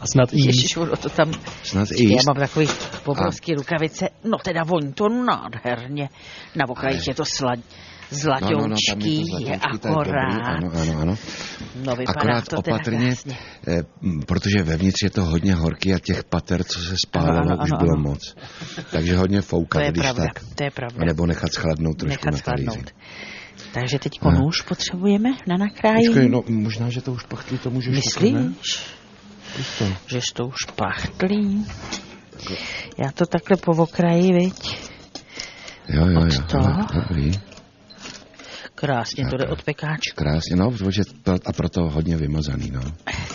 S2: a snad i jíst.
S3: Ježišu, to tam...
S4: Snad i
S3: Jíst. Já
S4: jíst.
S3: mám takový obrovský rukavice. No teda voní to nádherně. Na okrajích je to slad...
S4: No, no, no, tam je
S3: Zlatoučký
S4: to
S3: je
S4: zlatoučký, to je dobrý,
S3: akorát.
S4: ano, ano, ano.
S3: No vypadá
S4: Akorát
S3: to teda
S4: opatrně,
S3: krásně.
S4: eh, m, protože vevnitř je to hodně horký a těch pater, co se spálilo,
S3: Ano,
S4: ano,
S3: ano,
S4: ano, už
S3: ano,
S4: bylo
S3: ano.
S4: moc. Takže hodně
S3: To
S4: foukat,
S3: je
S4: když
S3: pravda,
S4: tak.
S3: to je pravda.
S4: A nebo nechat schladnout trošku
S3: Nechat
S4: na talíři.
S3: spadnout. Takže teď
S4: Ne.
S3: nůž potřebujeme na nakrájení.
S4: Počkej, no možná, že to už pachtlí, to můžeš taky, ne?
S3: Myslíš? Že to už pachtlí. Já to takhle po okraji, viď?
S4: Jo, jo, jo,
S3: to?
S4: jo, dobrý.
S3: Krásně to jde od pekáčka.
S4: Krásně, no, protože to, a proto hodně vymazaný, no.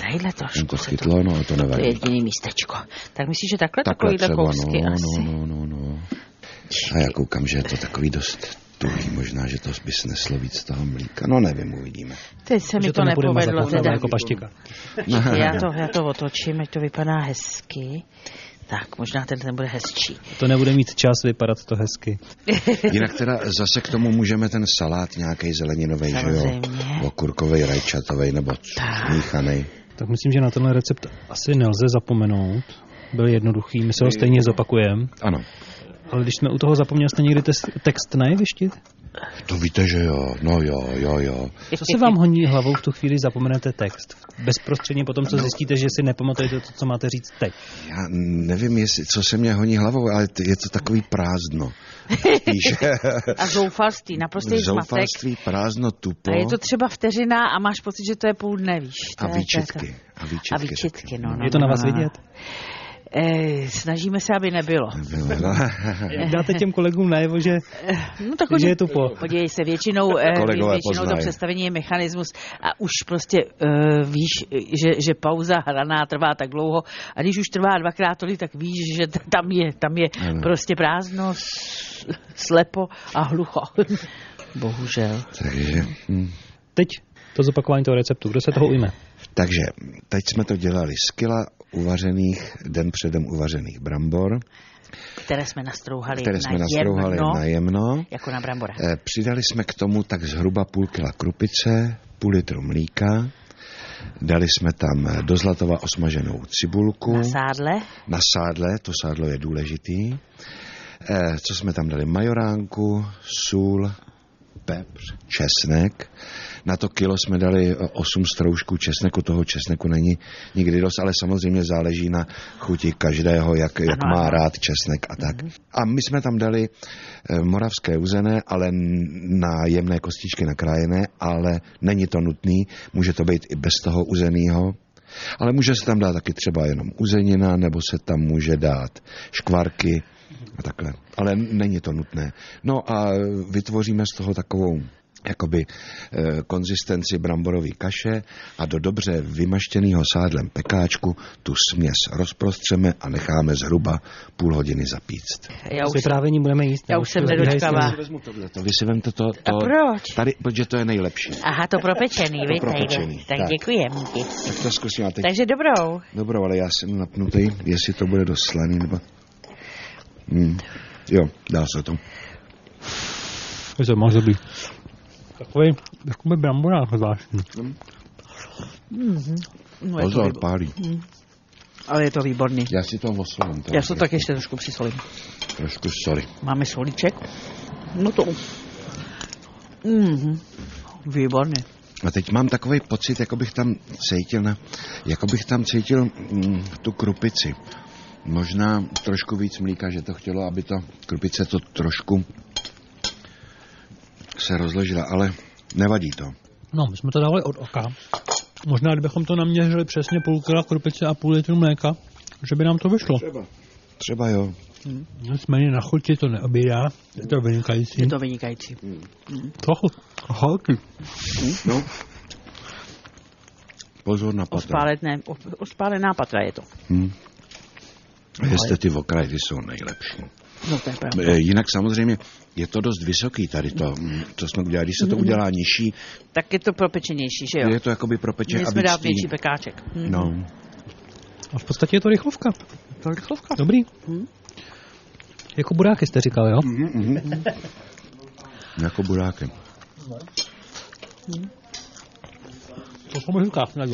S3: Tadyhle
S4: Jsem
S3: trošku
S4: to
S3: se to... To
S4: skytlo, no, a to
S3: je
S4: nevadí.
S3: jediný místečko. Tak myslíš, že takhle,
S4: Takhle
S3: takovýhle
S4: třeba,
S3: kousky
S4: no,
S3: asi?
S4: no, no, no, no. A já koukám, že je to takový dost tuhý, možná, že to by sneslo víc toho mlíka. No nevím, uvidíme.
S3: Teď se mi
S2: Že
S3: to
S2: nebude mazat
S3: nepovedlo.
S2: opravdu
S3: Teda.
S2: jako paštika.
S3: Já, to, já to otočím, ať to vypadá hezky. Tak, možná ten, ten bude hezčí.
S2: To nebude mít čas vypadat to hezky.
S4: Jinak teda zase k tomu můžeme ten salát nějaký zeleninový, že jo?
S3: Samozřejmě.
S4: Okurkovej, rajčatovej nebo
S3: Tak.
S4: smíchanej.
S2: Tak myslím, že na tenhle recept asi nelze zapomenout. Byl jednoduchý, my se ho stejně zopakujeme.
S4: Ano.
S2: Ale když jsme u toho zapomněli, jste někdy tes- text najevištit?
S4: To víte, že jo, no jo, jo, jo.
S2: Co se vám honí hlavou v tu chvíli, zapomenete text? Bezprostředně po
S3: No.
S2: tom, co zjistíte, že si nepamatujete to, co máte říct teď.
S4: Já nevím, jestli, co se mě honí hlavou, ale t- je to takový prázdno. Spíš
S3: A zoufalství, naprostý zmatek.
S4: zoufalství, prázdno, tupo
S3: prostě A je to třeba vteřina a máš pocit, že to je půl dne, víš. To
S4: No. a
S3: je- to je to.
S4: výčitky. A výčitky.
S3: A výčitky, no, no.
S2: Je to na
S3: no,
S2: vás
S3: no, no.
S2: vidět?
S3: Eh, snažíme se, aby nebylo.
S4: taky. No, no.
S2: Jak dáte těm kolegům najevo, že
S3: No tak
S2: Že
S3: oni-
S2: je tupo.
S3: Podívej se, většinou, eh,
S4: Kolegové
S3: většinou to
S4: poznají.
S3: představení je mechanismus a už prostě eh, víš, že, že pauza hraná trvá tak dlouho a když už trvá dvakrát tolik, tak víš, že t- tam je, tam je
S4: Ano.
S3: prostě prázdno, s- slepo a hlucho. Bohužel.
S4: Takže, hm.
S2: teď to zopakování toho receptu, kdo se toho ujme?
S4: takže teď jsme to dělali z kila uvařených, den předem uvařených brambor,
S3: Které jsme nastrouhali
S4: které jsme
S3: na
S4: nastrouhali
S3: jedno,
S4: na jemno.
S3: jako na brambora.
S4: Eh, Přidali jsme k tomu tak zhruba půl kila krupice, půl litru mlíka, dali jsme tam eh, do zlatova osmaženou cibulku.
S3: Na sádle.
S4: na sádle, to sádlo je důležitý. Eh, co jsme tam dali? Majoránku, sůl, pepř, česnek. Na to kilo jsme dali eh, osm stroužků česneku. Toho česneku není nikdy dost, ale samozřejmě záleží na chuti každého, jak, jak
S3: Ano,
S4: má
S3: ano.
S4: rád česnek a tak. A my jsme tam dali eh, moravské uzené, ale n- na jemné kostičky nakrájené, ale není to nutný, může to být i bez toho uzenýho. Ale může se tam dát taky třeba jenom uzenina, nebo se tam může dát škvarky a takhle. Ale není to nutné. No a vytvoříme z toho takovou jakoby eh, konzistenci bramborové kaše a do dobře vymaštěného sádlem pekáčku tu směs rozprostřeme a necháme zhruba půl hodiny zapíct.
S3: Já
S2: S
S3: už,
S2: vyprávěním budeme jíst.
S3: já
S2: ne?
S3: už jsem
S2: Rozbíhají
S3: nedočkavá.
S2: se-
S4: Vezmu tohle, to, vy si vemte to, to
S3: A proč?
S4: tady, protože to je nejlepší.
S3: Aha, to propečený, vy
S4: propečený,
S3: tady. Tak,
S4: tak.
S3: děkujem ti.
S4: Tak to zkusím a teď.
S3: Takže dobrou.
S4: Dobro, ale já jsem napnutý, jestli to bude dost slaný, nebo... Hmm. Jo, dá se to.
S2: Je to moc dobrý. Takový, takový bramborák zvláštní.
S3: No, je to
S4: Pozor,
S3: výbo-
S4: pálí.
S3: ale je to výborný.
S4: Já si to osolím.
S3: Já se to tak ještě trošku přisolím.
S4: Trošku sorry.
S3: Máme solíček. No to... Mhm. Výborný.
S4: A teď mám takový pocit, jako bych tam cítil, na, jako bych tam cítil mm, tu krupici. Možná trošku víc mlíka, že to chtělo, aby to krupice to trošku se rozložila, ale nevadí to.
S2: No, my jsme to dávali od oka. Možná, kdybychom to naměřili přesně půl kila krupice a půl litru mléka, že by nám to vyšlo.
S4: Třeba jo.
S2: Nicméně na chuti to neobídá, je to vynikající.
S3: Je to vynikající.
S2: Trochu horký.
S4: No. Pozor na patra.
S3: Spálené, ospálená patra je to.
S4: Jeste ty okraj, ty jsou nejlepší.
S3: No to je pravda.
S4: Eh, Jinak samozřejmě je to dost vysoký tady to, mm, co jsme udělali. Když se to udělá nižší,
S3: Tak je to propečenější, že jo?
S4: je to jakoby propeče
S3: Měli
S4: a
S3: jsme dát
S4: víc
S3: větší pekáček. Hm.
S4: No,
S2: A v podstatě je to rychlovka. To je rychlovka.
S3: No.
S2: Dobrý. Jako buráky jste říkal, jo?
S4: jako burákem.
S2: To jsou možná na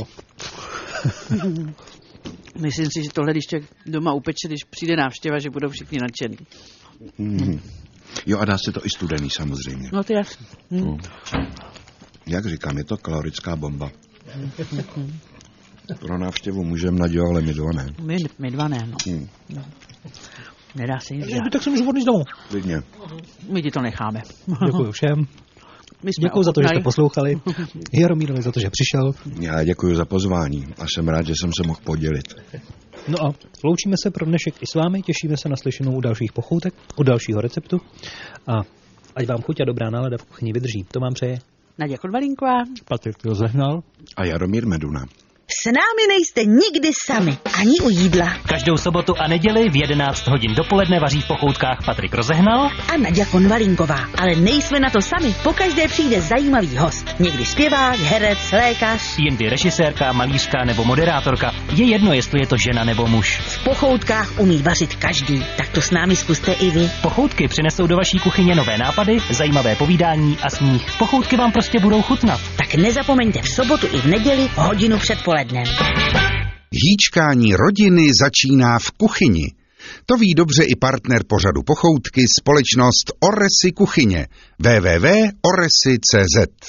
S3: Myslím si, že tohle, když člověk doma upeče, když přijde návštěva, že budou všichni nadšený.
S4: Mm. Jo, a dá se to i studený samozřejmě.
S3: No to jasně. Hm.
S4: Jak říkám, je to kalorická bomba. Pro návštěvu můžeme Nadějo, ale my dva ne.
S3: My, my dva ne, no.
S4: Hm.
S3: Nedá se nic dělat.
S8: no, Tak si můžu odníst domů.
S4: Klidně.
S3: My ti to necháme.
S8: Děkuji všem.
S3: My jsme
S8: Děkuji za to, že jste
S3: ochutnali.
S8: poslouchali. Jaromírovi za to, že přišel.
S4: Já děkuji za pozvání a jsem rád, že jsem se mohl podělit.
S8: No a loučíme se pro dnešek i s vámi, těšíme se na slyšenou u dalších pochoutek, u dalšího receptu a ať vám chuť a dobrá nálada v kuchyni vydrží. To vám přeje
S3: Naděja Kodvalinková.
S8: Patrik Rozehnal.
S4: A Jaromír Meduna.
S5: S námi nejste nikdy sami, ani u jídla.
S2: Každou sobotu a neděli v 11 hodin dopoledne vaří v pochoutkách Patrik Rozehnal
S5: a Nadia Konvalinková. Ale nejsme na to sami, pokaždé přijde zajímavý host. Někdy zpěvák, herec, lékař.
S2: jindy režisérka, malířka nebo moderátorka. Je jedno, jestli je to žena nebo muž.
S5: V pochoutkách umí vařit každý, tak to s námi zkuste i vy.
S2: Pochoutky přinesou do vaší kuchyně nové nápady, zajímavé povídání a smích. Pochoutky vám prostě budou chutnat.
S5: Tak nezapomeňte v sobotu i v neděli hodinu před polednem.
S9: Hýčkání rodiny začíná v kuchyni. To ví dobře i partner pořadu Pochoutky, společnost Oresy Kuchyně. www.oresy.cz